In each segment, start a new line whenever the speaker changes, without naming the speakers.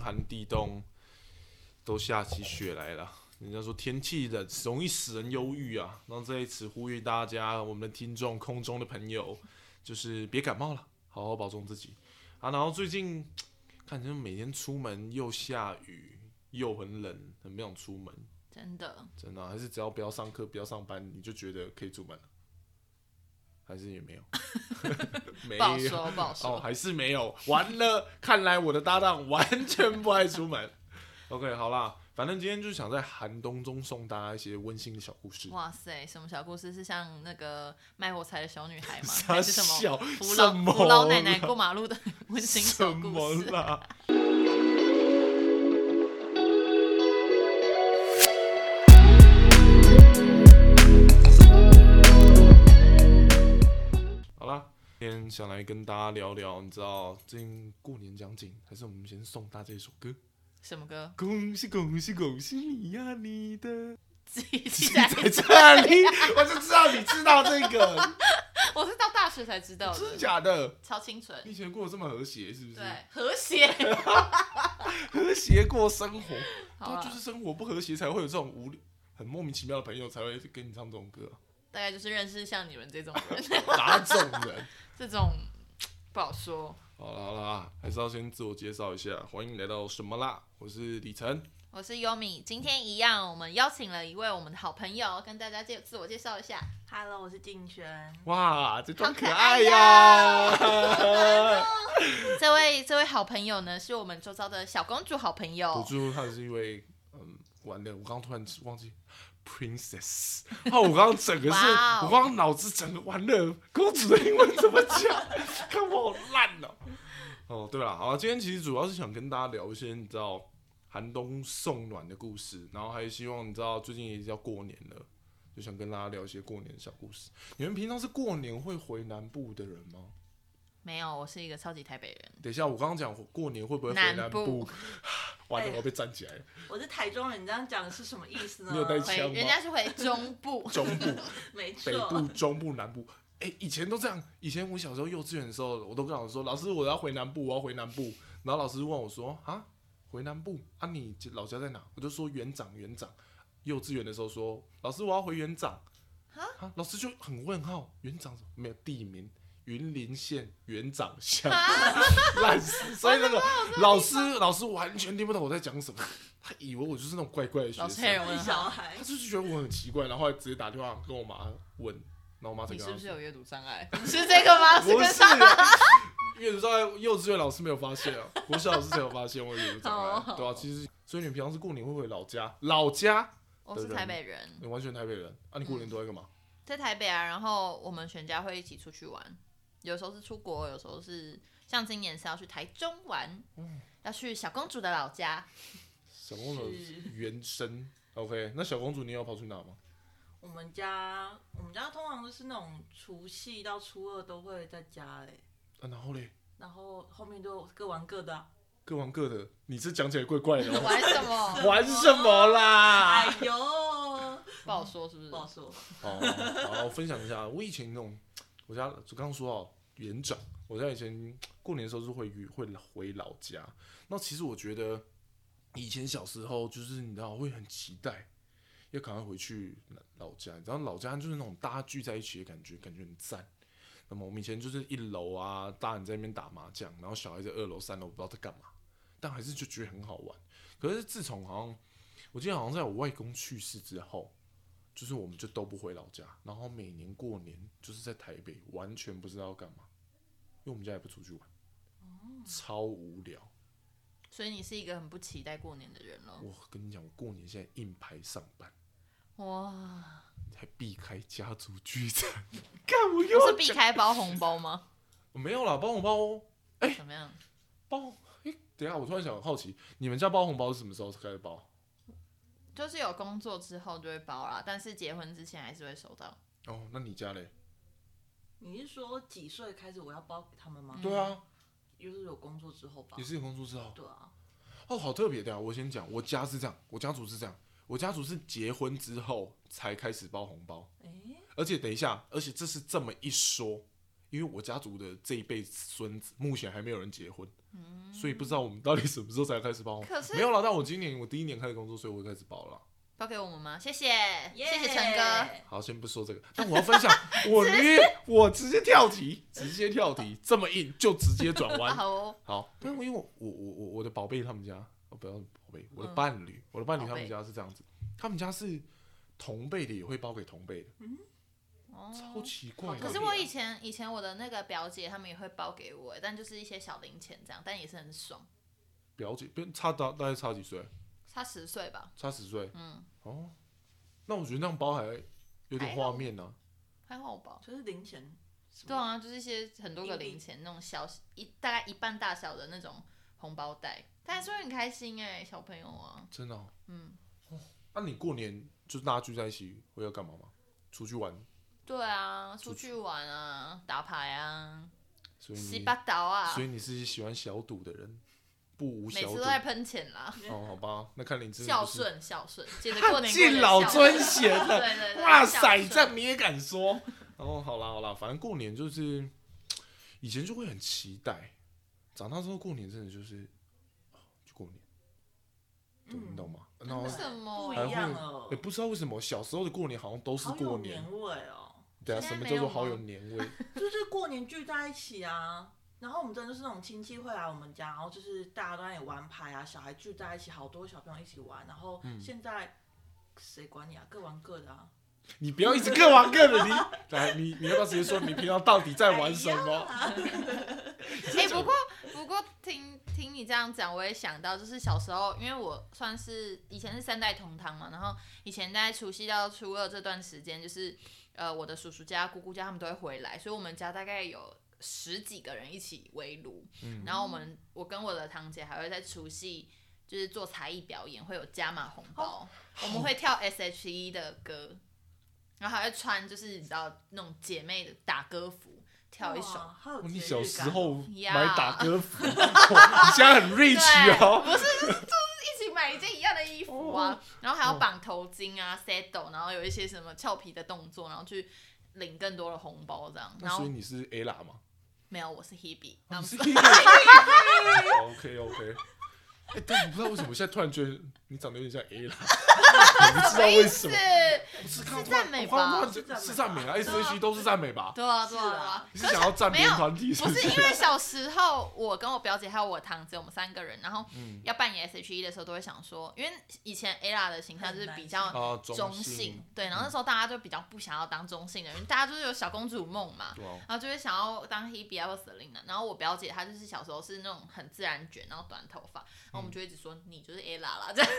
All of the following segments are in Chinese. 寒地冻，都下起雪来了。人家说天气冷，容易使人忧郁啊。那在此呼吁大家，我们的听众、空中的朋友，就是别感冒了，好好保重自己啊。然后最近看，就每天出门又下雨，又很冷，很不想出门。
真的，
真的啊、还是只要不要上课、不要上班，你就觉得可以出门了？还是也没有？ 没
不好
有。
说，不好
哦，
说。
还是没有，完了，看来我的搭档完全不爱出门。OK，好啦，反正今天就是想在寒冬中送大家一些温馨的小故事。
哇塞，什么小故事是像那个卖火柴的小女孩吗？
傻
还是什么
笑
扶
什
老
么
扶老奶奶
啦
过马路的温馨
什
小故
么
事？
啦？好啦，今天想来跟大家聊聊，你知道最近过年将近，还是我们先送大家一首歌。
什么歌？
恭喜恭喜恭喜你呀、你的
自己
记
记
在
在。
这里，我就知道你知道这 个，
我是到大学才知道
真的
的，
假的？
超清纯
你。以前过得这么和谐，是不是？
对，和 谐。
和谐过生活，
好啊
不
啦
就是生活不和谐才会有这种无理很莫名其妙的朋友才会跟你唱这种歌啊、
大概就是认识像你们这种人，
哪种 人？
这种不好说。
好啦好啦，还是要先自我介绍一下，欢迎来到什么啦？我是李晨，
我是优米，今天一样，我们邀请了一位我们的好朋友，跟大家介自我介绍一下。
Hello，我是静轩。
哇，这装
好
可
可
爱
爱
呀、
这位这位好朋友呢，是我们周遭的小公主好朋
我
友。
最后她是一位，嗯，完了，我刚刚突然忘记 princess，哦，我刚刚整个是，
哇哦
我刚刚脑子整个完了，公主的英文怎么讲？看我好烂哦。哦，对了，好，今天其实主要是想跟大家聊一些你知道寒冬送暖的故事，然后还希望你知道最近也要过年了，就想跟大家聊一些过年的小故事。你们平常是过年会回南部的人吗？
没有，我是一个超级台北人。
等一下，我刚刚讲过年会不会回
南
南
部
完了，
哎
我要被站起来了。
我是台中人，你这样讲是什么意思呢？
你有带
回
枪吗，
人家是回中部
中部、
没
北
哦
部
错，、
中部、南部，哎、以前都这样。以前我小时候幼稚园的时候，我都跟老师说：“老师，我要回南部，我要回南部。”然后老师问我说：“啊，回南部啊？你老家在哪？”我就说：“园长，园长。”幼稚园的时候说：“老师，我要回园长。”啊，老师就很问号，园长什么没有地名，云林县园长乡，
啊
烂死。所以那个老师，老师完全听不懂我在讲什么，他以为我就是那种怪怪的学
老
生。
师黑人
我
问
是
号。
小孩
他。就是觉得我很奇怪，然后后来直接打电话跟我妈问，然后我妈才
你
跟
是
他
不是
说，
有阅读障碍？ 是这个吗？
不
跟
是
上。
阅读障碍，幼稚园老师没有发现啊，国小老师才有发现我有阅读障
好
碍，
好
对啊，其实所以你平常是过年会回老家，老家
我是台北人，
你完全台北人啊，你过年都在干嘛？
在台北啊。然后我们全家会一起出去玩，有时候是出国，有时候是像今年是要去台中玩，要去小公主的老家。
小公主
是
原生，OK，那小公主你有跑去哪吗？
我们家，我们家通常都是那种除夕到初二都会在家嘞，
啊，然后嘞，
然后后面就各玩各的啊、
各玩各的，你这讲起来怪怪的哦，
玩 什么？
玩什么啦？
哎呦，
不好说，是不是
不？好说。
哦，好，我分享一下，我以前那种，我家就刚刚说到园长，我家以前过年的时候是会会回老家。那其实我觉得以前小时候就是你知道会很期待，要赶快回去老家，你知道老家就是那种大家聚在一起的感觉，感觉很赞。那么我们以前就是一楼啊，大人在那边打麻将，然后小孩在二楼、三楼不知道在干嘛，但还是就觉得很好玩。可是自从好像我记得好像在我外公去世之后，就是我们就都不回老家，然后每年过年就是在台北，完全不知道要干嘛，因为我们家也不出去玩，超无聊。
所以你是一个很不期待过年的人了。
我跟你讲，我过年现在硬排上班，
哇，
还避开家族聚餐， 干我又
不是避开包红包吗？
没有啦，包红包
怎么样？
包。诶、等一下，我突然想好奇，你们家包红包是什么时候开始包？
就是有工作之后就会包啦，但是结婚之前还是会收到。
哦，那你家嘞？
你是说几岁开始我要包给他们吗？
对啊，
就是有工作之后吧
也。是有工作之后。
嗯对啊，
哦，好特别的、啊。我先讲，我家是这样，我家族是这样，我家族是结婚之后才开始包红包。
哎、
而且等一下，而且这是这么一说，因为我家族的这一辈孙子目前还没有人结婚，
嗯
所以不知道我们到底什么时候才开始包红。
可是
没有啦，但我今年我第一年开始工作，所以我开始包 了。
包给我们吗？谢谢谢谢陈哥。
好，先不说这个，但我要分享，我约我直接跳 题，直接跳题，这么硬就直接转
啊
弯。
好哦，
好，因为因为我我我我的宝贝他们家，哦不要宝贝，我的伴侣，我的伴侣他
宝
们
贝
家是这样子，他们家是同辈的也会包给同辈的，超
哦。
奇怪的。
可是我以前以前我的那个表姐他们也会包给我，欸但就是一些小零钱这样，但也是很爽。
表姐，别人差大大概差几岁？
差十岁吧，
差十岁
嗯，
哦。那我觉得那样包还有点画面啊呢、
还好吧。
就是零钱，什么
对，啊，就是一些很多个零钱那种小一大概一半大小的那种红包袋，但是会很开心哎、小朋友啊，
真的、哦。
嗯，
那、你过年就是大家聚在一起会要干嘛吗？出去玩，
对啊，出去玩啊，打牌啊，
所以你
洗八岛啊
所，以你是喜欢小赌的人，不无
每
小
次
赌
都。在喷钱啦，
哦，好吧，那看你真的
孝
不是
顺孝顺，借着过年过
敬
年
老
孝
尊
顺
贤
对
的，
对对，
哇
孝
塞，
顺
这样你也敢说？哦，好啦好啦，反正过年就是以前就会很期待，长大之后过年真的就是哦就过年，懂
嗯
你嗯懂吗？然后
为什么
嗯不
还
一样了
哦
会也，不知道为什么小时候的过年好像哎都是
好有
过
年
年，
味哦，
对啊，
现
什
在
么
没
叫做
有
好有
吗
年 味？
就是过年聚在一起啊。然后我们真的就是那种亲戚会来我们家，然后就是大家都在那里玩牌啊，小孩聚在一起，好多小朋友一起玩。然后
嗯
现在谁管你啊？各玩各的啊。
你不要一直各玩各的，你来，你你要不要直接说你平常到底在玩什
哎
么？
呀
哎、不过不过听听你这样讲，我也想到，就是小时候，因为我算是以前是三代同堂嘛，然后以前在除夕到初二这段时间，就是呃我的叔叔家、姑姑家他们都会回来，所以我们家大概有十几个人一起围炉，
嗯
然后我们我跟我的堂姐还会在除夕。就是做才艺表演，会有加码红包，我们会跳 S.H.E 的歌，然后还会穿就是你知道那种姐妹的打歌服，跳一首
哇好有
哦你
节
小
日
时
感
候
呀
买打歌服，你现在很 rich 哦。
不是，就是就是一起买一件一样的衣服啊，然后还
哦
要绑头巾啊、s e t d l e 然后有一些什么俏皮的动作，然后去领更多的红包这样。
那
然
所以
后
你是 A 啦嘛？
没有，我是 Hebe，
你是
I'm
A 啦。OK OK。哎，但我不知道为什么我现在突然觉得你长得有点像 A 啦，我不知道为什
是
么，，不是看
是赞美吧
我看到是赞美啊，S H E 都是赞美吧？
对啊，对啊，
是
对
啊
啊。
你是想要站
没
边
有
团体是
不
是
是？因为小时候，我跟我表姐还有我堂姐，我们三个人，然后
嗯
要扮演 S.H.E 的时候，都会想说，因为以前 Ella 的形象就是比较
啊，性
中
嗯
性，，对，然后那时候大家就比较不想要当中性的人，大家就是有小公主梦嘛，
对啊，
然后就会想要当 Hebe 啊或 Selina。然后我表姐她就是小时候是那种很自然卷，然后短头发，然
嗯
后我们就一直说、你就是 Ella 啦，这样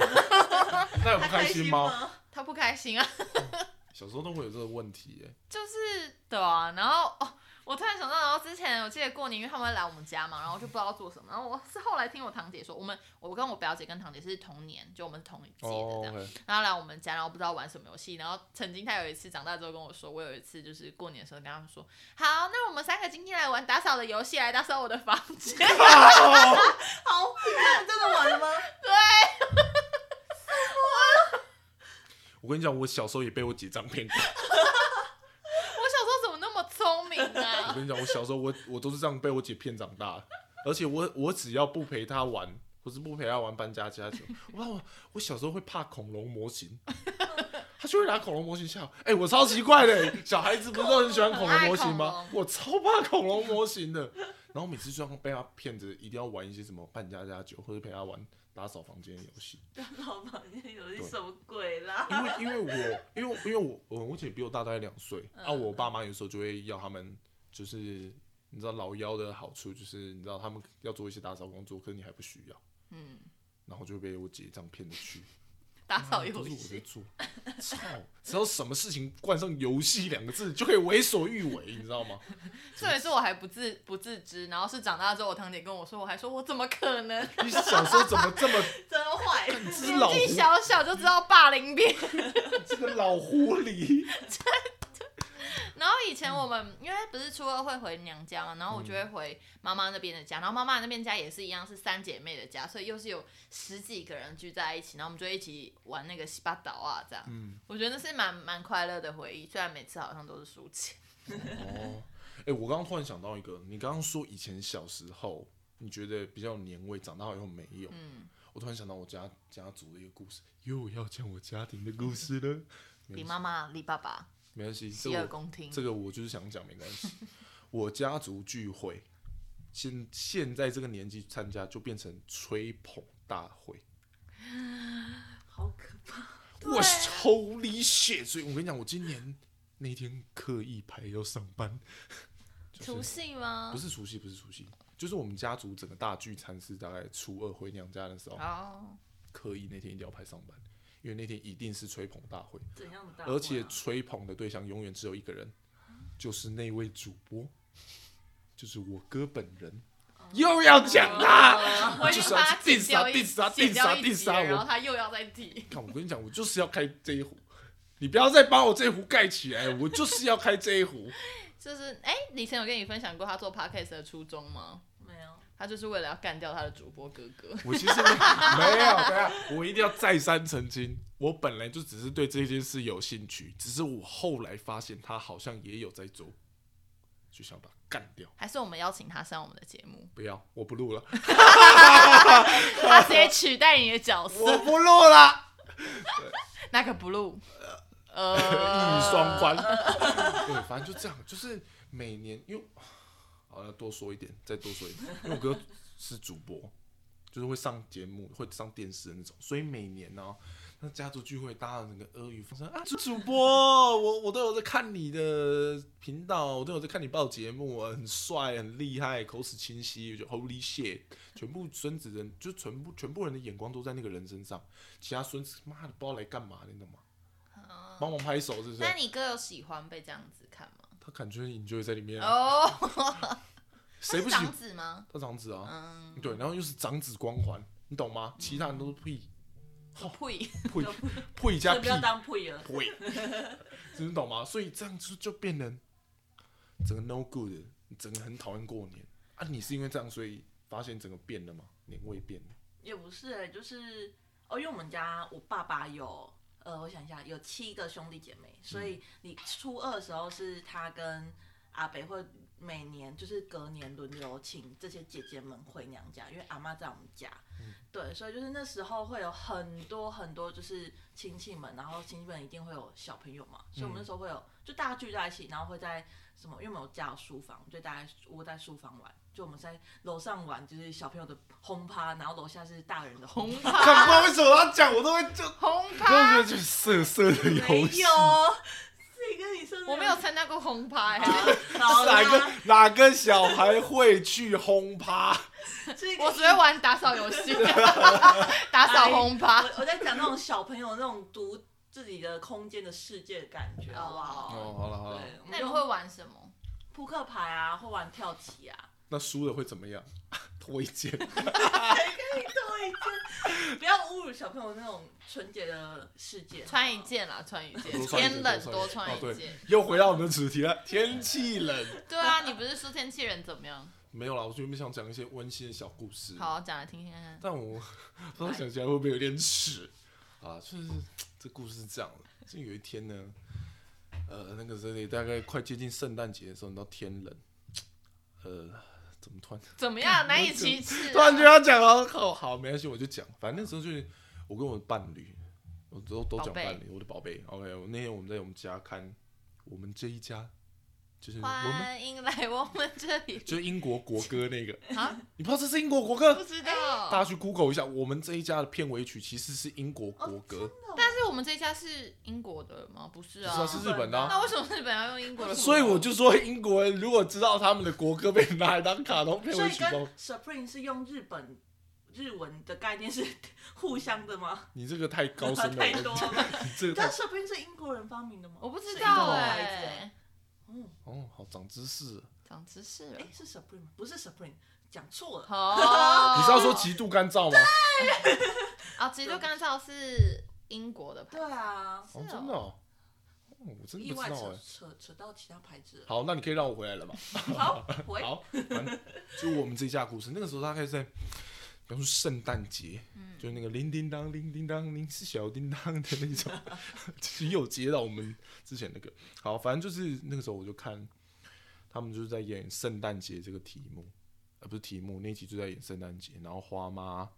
那有不
他
开心吗？？
她不开心啊，
小时候都会有这个问题 耶，
就是对啊。然后哦，我突然想到，然后之前我记得过年，因为他们会来我们家嘛，然后就不知道做什么。然后我是后来听我堂姐说，我们我跟我表姐跟堂姐是同年，就我们是同一届的这
哦
样。
，OK，
然后来我们家，然后不知道玩什么游戏，然后曾经他有一次长大之后跟我说，我有一次就是过年的时候跟他们说，好，那我们三个今天来玩打扫的游戏，来打扫我的房间。
好， 那你真的玩了吗？
我跟你讲，我小时候也被我姐这样骗过。
我小时候怎么那么聪明
我
啊？
跟你讲，我小时候我我都是这样被我姐骗长大的，而且我我只要不陪她玩，或是不陪她玩搬家家酒，我我我小时候会怕恐龙模型，她就会拿恐龙模型吓我。哎、我超奇怪的，小孩子不是都很喜欢恐龙模型
很 爱
吗
恐？
我超怕恐龙模型的，然后每次就像被她骗着，一定要玩一些什么搬家家酒，或者陪她玩打扫房间的游戏。
老板，你有一什么鬼啦？
因为因为我因为因为我我我姐比我大大概两岁，
嗯
啊，我爸妈有时候就会要他们，就是你知道老幺的好处就是你知道他们要做一些打扫工作，可是你还不需要，
嗯，
然后就被我姐这样骗着 去，嗯
打扫
都
游
是我在
戏，
做，操，只要什么事情冠上“游戏”两个字就可以为所欲为，你知道吗？
这也是我还不自不自知，然后是长大之后，我堂姐跟我说，我还说我怎么可能，
你小时候怎么这么
真坏，
只
年
老
纪
狐
小小就知道霸凌别人。
这个老狐狸？
然后以前我们因为不是初二会回娘家嘛，然后我就会回妈妈那边的家，然后妈妈那边家也是一样是三姐妹的家，所以又是有十几个人聚在一起，然后我们就一起玩那个洗八岛啊这样。
嗯，
我觉得那是蛮蛮快乐的回忆，虽然每次好像都是输钱。
哦，哎、我刚刚突然想到一个，你刚刚说以前小时候你觉得比较有年味，长大以后没有。
嗯，
我突然想到我家家族的一个故事，又要讲我家庭的故事了。
李妈妈、李爸爸、
没关系，这
洗耳
我
恭听。
这个我就是想讲，没关系。 我家族聚会，现现在这个年纪参加就变成吹捧大会，
好可怕。
我 holy shit！所以我跟你讲，我今年那天刻意排要上班，就是
除夕吗？
不是除夕，不是除夕，就是我们家族整个大聚餐是大概初二回娘家的时候，
哦，
刻意那天一定要排上班，因为那天一定是吹捧大会，
怎样的大会啊、
而且吹捧的对象永远只有一个人，就是那位主播，就是我哥本人。又要讲他，
哦我已
啊就
经
是要定杀
把它剪掉一
定杀
剪
定杀
掉一
定
集了
杀
然后
我！
他又要再提。
看，我跟你讲，我就是要开这一壶，你不要再把我这一壶盖起来，我就是要开这一壶。
就是，哎，你以前有跟你分享过他做 podcast 的初衷吗？
没有，
他就是为了要干掉他的主播哥哥。
我 其实没没有，等一下我一定要再三澄清，我本来就只是对这件事有兴趣，只是我后来发现他好像也有在做，就想把他干掉。
还是我们邀请他上我们的节目，
不要，我不录了，
他直接取代你的角
我
色，
不录了，
那个 blue，
一语
呃，
双 关。对，反正就这样，就是每年，因为好要多说一点，再多说一点，因为我哥是主播，就是会上节目，会上电视的那种，所以每年呢、那家族聚会，大家整个阿谀奉承啊，主主播，我我都有在看你的频道，我都有在看你报节目，啊很帅，很厉害，口齿清晰，我就 Holy shit，全部孙子人，就全部全部人的眼光都在那个人身上，其他孙子妈的不知道来干嘛，你懂吗？帮忙拍手是不是？
哦那你哥有喜欢被这样子看吗？
他感觉 enjoy 在里面啊，
哦，
谁不喜
长子吗？
他长子啊？
嗯，
对，然后又是长子光环，你懂吗？其他人都是屁
呸，
屁 屁加
这不
屁
要当配了。
呸，你懂吗？所以这样就就变成整个 no good，整个很讨厌过年啊！你是因为这样，所以发现整个变了吗？年味变了，
也不是哎、就是哦，因为我们家我爸爸有呃，我想一下，有七个兄弟姐妹，所以你初二的时候是他跟阿北会每年就是隔年轮流请这些姐姐们回娘家，因为阿妈在我们家，对，所以就是那时候会有很多很多就是亲戚们，然后亲戚们一定会有小朋友嘛，所以我们那
嗯
时候会有就大家聚在一起，然后会在什么，因为我们有家有书房，就大家窝在书房玩，就我们在楼上玩就是小朋友的轰趴，然后楼下是大人的轰
红
看不知
趴，
道为什么他讲，我都会就
红
我都
趴
觉，得就是色色的
没
游戏，
有，这个你生
我没有参加过红趴欸呀，
好
哪
啦
个，哪个小孩会去轰趴？
这个
我只会玩打扫 游戏，打扫红趴。
我我在讲那种小朋友那种独自己的空间的世界的感觉，好不好？
哦，好了好了，
对，我
那
们
你
就
们会玩什么？
扑克牌啊，或玩跳棋啊，
那输了会怎么样？ 脱一件，
不要侮辱小朋友那种纯洁的世界。
穿一件啦，穿一件，
多穿一件
天冷
多
多
穿一
穿
件
一
哦
件。
又回到我们的主题了，天气冷。
对啊，你不是说天气人怎么样？
没有啦，我原本想讲一些温馨的小故事，
好，讲来听听看。
但我不知
哎
道想起来会不会有点耻啊？就是这故事是这样的，就有一天呢，呃，那个时候也大概快接近圣诞节的时候，你知道天冷，呃，怎么突然
怎么样？难以启齿啊。
突然就要讲好好好，没关系，我就讲。反正那时候就是我跟我的伴侣，我都都讲
宝贝
伴侣，我的宝贝。OK，我那天我们在我们家看我们这一家，就是我们
欢迎来我们这里
就是英国国歌那个，
啊！
你不知道这是英国国歌
不？知
大
道，
家去 Google 一下，我们这一家的片尾曲其实是英国
哦
国歌，
但是我们这家是英国的吗？不是
不
啊
知。道是日本的、啊。
那为什么日本要用英国的？
所以我就说，英国人如果知道他们的国歌被拿来当卡通片
所
尾
以
曲
跟
包，
Supreme 是用日本日文的概念是互相的吗？
你这个太高深了，
太多
我
了。
你这个
但
太……
Supreme 是英国人发明的吗？
我不知
是英
道
国
哎、
牌子欸嗯，
哦，好长知识了。
长知识了
哎。，是 Supreme，吗不是 Supreme，讲错了。
哦，
啊你是要说极度干燥吗？
啊？极度干燥是英国的牌
对
子，
啊，
是
哦，真的哦，
哦。
哦我真
意
的不
外
知道
扯
哎。
扯扯到其他牌子了。
好，那你可以让我回来了吗？
好， 喂，
好，反正就我们这一家故事，那个时候大概在，比方说圣诞节，
嗯
就是那个铃叮当铃叮当，您是小叮当的那种，其实有接到我们之前那个。好，反正就是那个时候我就看他们就是在演圣诞节这个题目，呃不是题目那一集就在演圣诞节，然后花妈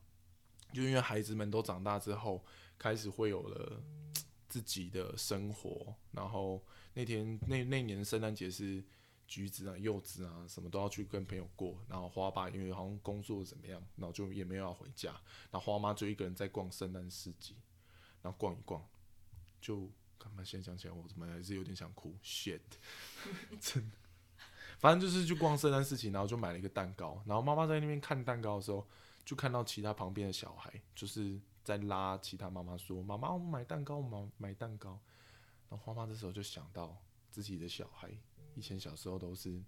就因为孩子们都长大之后，开始会有了嘖自己的生活，然后那天那那年圣诞节是橘子啊、柚子啊什么都要去跟朋友过，然后花爸因为好像工作怎么样，然后就也没有要回家，然后花妈就一个人在逛圣诞市集，然后逛一逛，就干嘛？现在想起来我怎么还是有点想哭，shit，真的。反正就是去逛圣诞市集，然后就买了一个蛋糕，然后妈妈在那边看蛋糕的时候，就看到其他旁边的小孩就是在拉其他妈妈说：“妈妈，我们买蛋糕，我们买蛋糕。”然后花妈这时候就想到自己的小孩以前小时候都是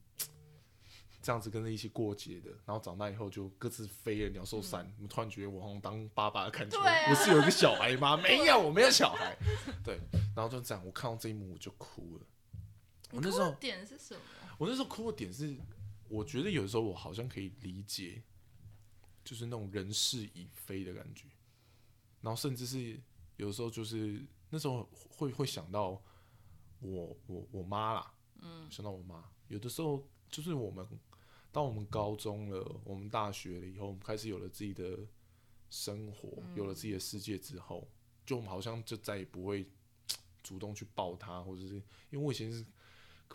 这样子跟着一起过节的，然后长大以后就各自飞了鸟兽散。我突然觉得我好像当爸爸的感觉，
嗯对啊
我是有一个小孩吗？没有，我没有小 孩。对，然后就这样，我看到这一幕我就哭了。我那时候
点是什么？
我那时候哭的点是，我觉得有时候我好像可以理解，就是那种人事已非的感觉，然后甚至是有时候就是那时候会会想到我我我妈啦，嗯，想到我妈，有的时候就是我们当我们高中了，我们大学了以后，我们开始有了自己的生活，有了自己的世界之后，就我们好像就再也不会主动去抱她，或者是因为我以前是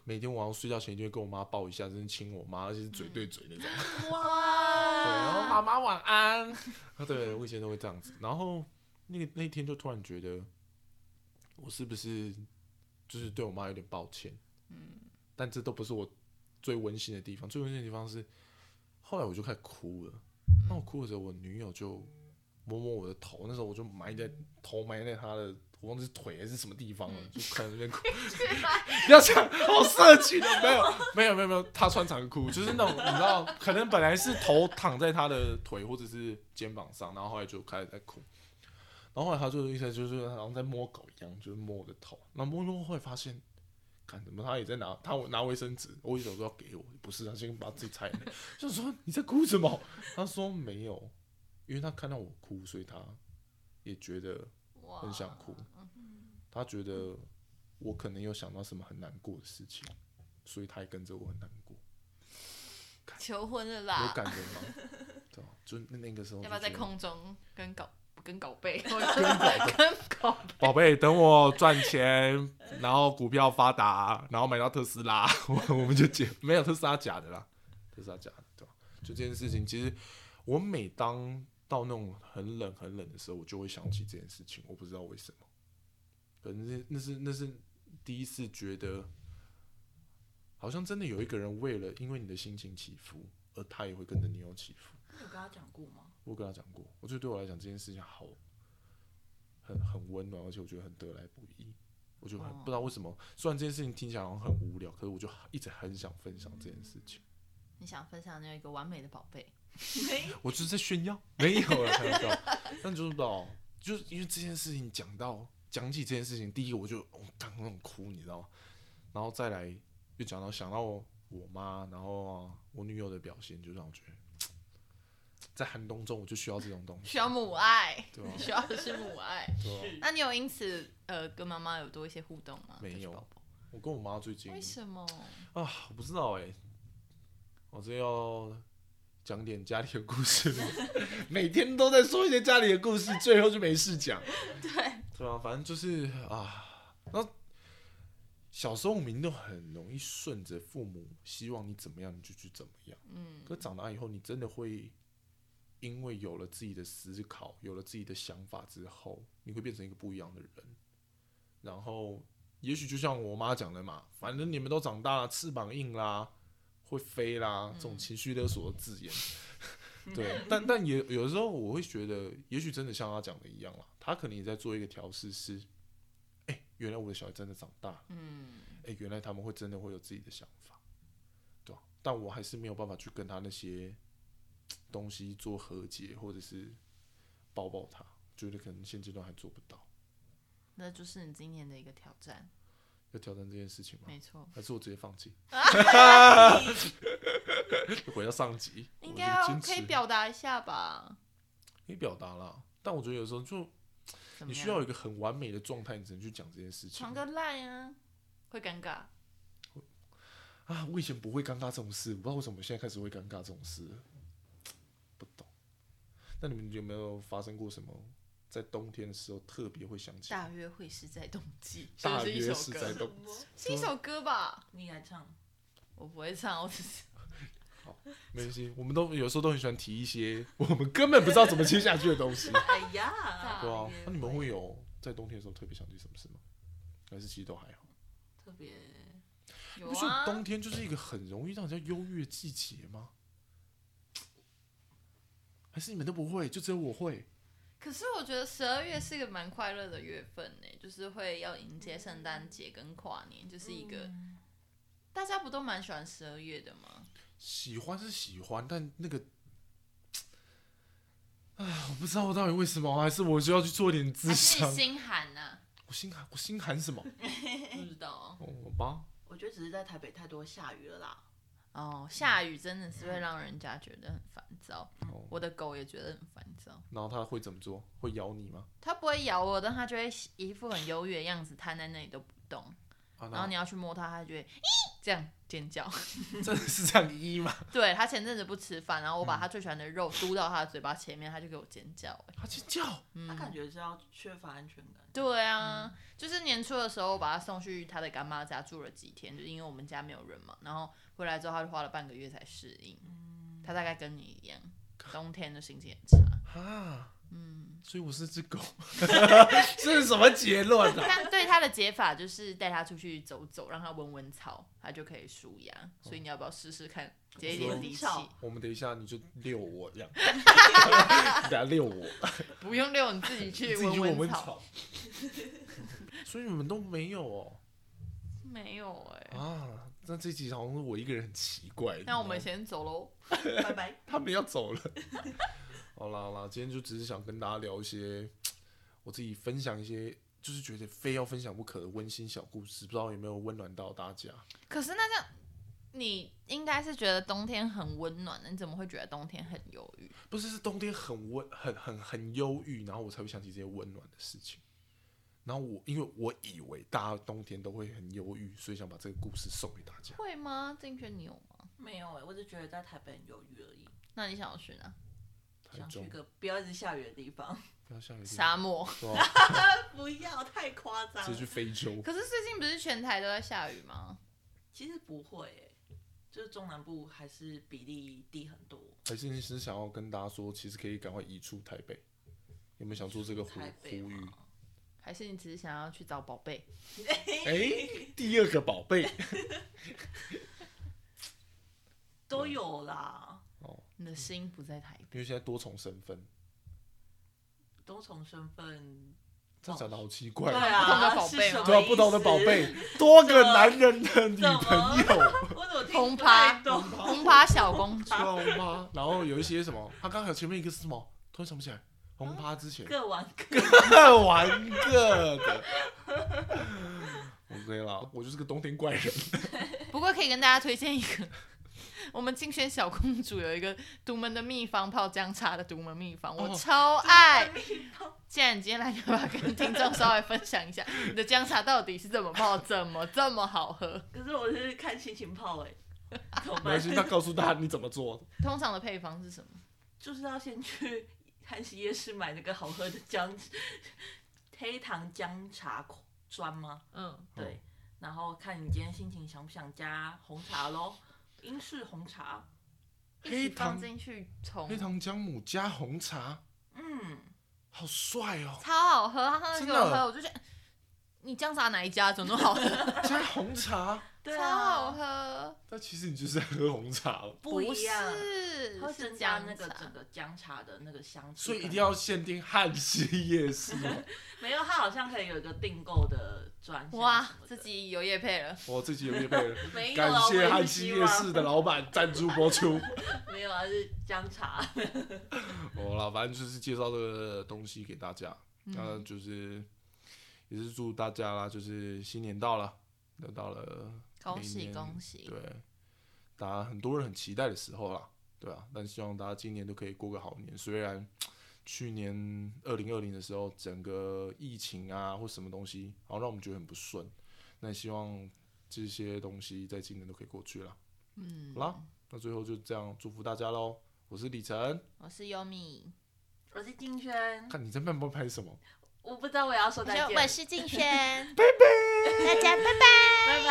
每天晚上睡觉前一定会跟我妈抱一下，真是亲我妈，而且是嘴对嘴那种。对，然
啊
后
哇，
妈妈晚安。啊对，我以前都会这样子。然后那个那天就突然觉得，我是不是就是对我妈有点抱歉？嗯，但这都不是我最温馨的地方。最温馨的地方是，后来我就开始哭了。那我哭的时候，我女友就摸摸我的头，那时候我就埋在头埋在她的。我忘记是腿还是什么地方了，就开始在那边哭。 不要讲，好色情的，没有，没有，没有，没有，她穿长裤，就是那种你知道，可能本来是头躺在她的腿或者是肩膀上，然后后来就开始在哭。然后后来他就一直就是好像在摸狗一样，就是摸我的头，然后摸一摸，后来发现，看怎么他也在拿他拿卫生纸，我一手说要给我，不是他先把自己擦眼泪，就说你在哭什么？他说没有，因为他看到我哭，所以他也觉得
哇，
很想哭，他觉得我可能有想到什么很难过的事情，所以他也跟着我很难过，
求婚了
有
啦！
感人吗？对吧？就那那个时候
要
就觉得，
啊不要在空中跟狗跟狗贝，或者是跟狗
宝贝，等我赚钱，然后股票发达，然后买到特斯拉， 我我们就结没有特斯拉假的啦，特斯拉假的，对吧？就这件事情，其实我每当到那种很冷很冷的时候，我就会想起这件事情，我不知道为什么，可能是那是那是第一次觉得，好像真的有一个人为了因为你的心情起伏，而他也会跟着你有起伏。
你有跟他讲过吗？
我跟他讲过，我觉得对我来讲这件事情好，很很温暖，而且我觉得很得来不易。我就很、
哦
不知道为什么，虽然这件事情听起来好像很无聊，可是我就一直很想分享这件事情。
你想分享你有一个完美的宝贝，
我就是在炫耀，没有了，开玩笑。但就是哦，就是因为这件事情讲到讲起这件事情，第一个我就我刚那种哭，你知道吗？然后再来又讲到想到我妈，然后啊我女友的表现，就让我觉得在寒冬中我就需要这种东西，
需要母爱，
对吧、
需要的是母爱。
对吧、
那你有因此呃跟妈妈有多一些互动吗？
没有
就是宝宝
我跟我妈最近
为什么？
啊，我不知道哎、我这要讲点家里的故事 吗？每天都在说一些家里的故事，最后就没事 讲。对，对啊，反正就是啊，那小时候我们都很容易顺着父母希望你怎么样，你就去怎么样。
嗯，
可长大以后，你真的会因为有了自己的思考，有了自己的想法之后，你会变成一个不一样的人。然后，也许就像我妈讲的嘛，反正你们都长大了，翅膀硬啦，会飞啦，这种情绪勒索的字眼。对，但但也有时候我会觉得，也许真的像她讲的一样啦，她可能也在做一个调试，是，哎、原来我的小孩真的长大了。
嗯，
哎、原来他们会真的会有自己的想法，对、啊、但我还是没有办法去跟他那些东西做和解，或者是抱抱他，觉得可能现阶段还做不到。
那就是你今年的一个挑战，
要挑战这件事情吗？
没错。
还是嗯我直接放弃？ 回到上集，
应
我
该
就
要
坚
可以
持
表达一下吧？
可以表达啦，但我觉得有时候就
怎么
你
样
需要有一个很完美的状态，你才能去讲这件事情
传。个烂啊，会尴尬。
啊，我以前不会尴尬这种事，我不知道为什么我现在开始会尴尬这种事了。那你们有没有发生过什么在冬天的时候特别会想起？
大约会是在冬季，是不
大
是一
约
首
是
歌？
在冬，
是一首歌吧？
你来唱，
我不会唱，我只是
没关系，我们都有时候都很喜欢提一些 我们根本不知道怎么接下去的 东西，对
哎呀，
啊
也，
那你们会有在冬天的时候特别想起什么事吗？还是其实都还好？
特别
有
不是
啊。
冬天就是一个很容易让人家忧郁的季节吗？还是你们都不会，就只有我会？
可是我觉得十二月是一个蛮快乐的月份呢，就是会要迎接圣诞节跟跨年，就是一个、大家不都蛮喜欢十二月的吗？
喜欢是喜欢，但那个，哎，我不知道我到底为什么，还是我就要去做点
还
智
是
商
你。心寒啊呐、
我心寒，我心寒什么？
不知道
哦，我吧，
我觉得只是在台北太多下雨了啦。
哦。下雨真的是会让人家觉得很烦躁，
哦，
我的狗也觉得很烦躁。
然后他会怎么做？会咬你吗？
它不会咬我，但它就会一副很忧郁的样子，瘫在那里都不动。
啊，
然后你
那
要去摸它，它就会咦这样尖叫。
真的是这样一吗？
对，它前阵子不吃饭，然后我把它最喜欢的肉嘟到它的嘴巴前面，它就给我尖叫、欸
他去叫，
他感觉是要缺乏安全感，
对啊，就是年初的时候，我把他送去他的干妈家住了几天，就是因为我们家没有人嘛。然后回来之后，他就花了半个月才适应。
嗯
他大概跟你一样，冬天的心情很差。
啊，
嗯，
所以我是只 狗，这是什么结论啊？
但 对他的解法就是带他出去走走，让他闻闻草，他就可以舒压。所以你要不要试试看？接一点力气，
草
我们等一下你就遛我 这样，你等下遛我，
不用遛，你自己
自己
去
去闻
闻
闻。草。 所以你们都没有哦
没有哎、
啊？那这集好像是我一个人很奇怪。
那我们
你知道吗
先走喽。
拜拜。
他们要走 了。好啦好啦，今天就只是想跟大家聊一些我自己分享一些，就是觉得非要分享不可的温馨小故事，不知道有没有温暖到大家。
可是那这样，你应该是觉得冬天很温暖的，你怎么会觉得冬天很忧郁？
不是，是冬天很温，很很很忧郁，然后我才会想起这些温暖的事情。然后我因为我以为大家冬天都会很忧郁，所以想把这个故事送给大家。
会吗？竞选你有吗？
没有哎、我只觉得在台北很忧郁而已，
那你想要啊去哪？
台
想去
中
个不要一直下雨的地方。
不要下雨天，
沙漠。
对吧？
不要太夸张
直接去非洲。
可是最近不是全台都在下雨吗？
其实不会、欸，就是中南部还是比例低很多。
还是你是想要跟大家说，其实可以赶快移出台北？有没有想做这个呼
台
呼
北
吁？
嘛，
还是你只是想要去找宝贝？
哎、第二个宝贝
都有啦，
哦，
你的心不 在台
因为现在多重身份，
多重身份。
这样讲的好奇怪哦。
对
不同的
啊，
宝贝
是什么
吗
对啊，不同的宝贝，多个男人的女朋友。
意思， 我怎么听
红
不太
趴
懂？
北，红趴小公主。
撞吗？ 然后有一些什么，他刚才前面一个是什么？突然想不起来，红趴之前
各玩各的，
各玩各的。OK 啦， 我就是个冬天怪人。
不过可以跟大家推荐一个， 我们竞选小公主有一个独门的秘方，泡姜茶的独门秘方，我
哦
超爱。既然你今天来，你要不要跟听众稍微分享一下你的姜茶到底是怎么泡，怎么这么好喝？
可是我是看心情泡 哎、欸，怎么
没关
办？
系，那告诉大家你怎么做。
通常的配方是什么？
就是要先去 汉西夜市买那个好喝的姜，黑糖姜茶砖吗？
嗯，
对，然后看你今天心情想不想加红茶喽，英式红茶，
一
黑
起放
糖
进去冲
黑，糖姜母加红茶，
嗯，
好帅 哦！
超好喝。他上次给我
真的
喝，我就觉得你姜茶哪一家怎么那么好喝？
加红茶，
对
超好
啊，
喝，
但其实你就是在喝红茶哦，
不一样，
是
会
是
增加
姜
那个
茶
整个姜茶的那个香气，
所以一定要限定汉西夜市哦。
没有，它好像可以有一个订购的专项
哇
什么，的
自己有叶配了。
我自己有业配了，
没有
感
啊，
谢
我也
汉
是
西
希
夜
望
市的老板赞助播出。
没有啊，是姜茶，
哦啦，反正就是介绍这个东西给大家，那、就是也是祝大家啦，就是新年到了，那到了
恭喜
每年
恭喜
对，大家很多人很期待的时候啦，对啊，但希望大家今年都可以过个好年，虽然。去年二零二零的时候，整个疫情啊或什么东西，好让我们觉得很不顺。那希望这些东西在今年都可以过去了。
嗯
好，啦，那最后就这样祝福大家喽。我是李晨，
我是优米，
我是金轩，
看你在慢慢拍什么？
我不知道我要说再见，
我是静轩，拜
拜。
大家拜拜。
拜拜。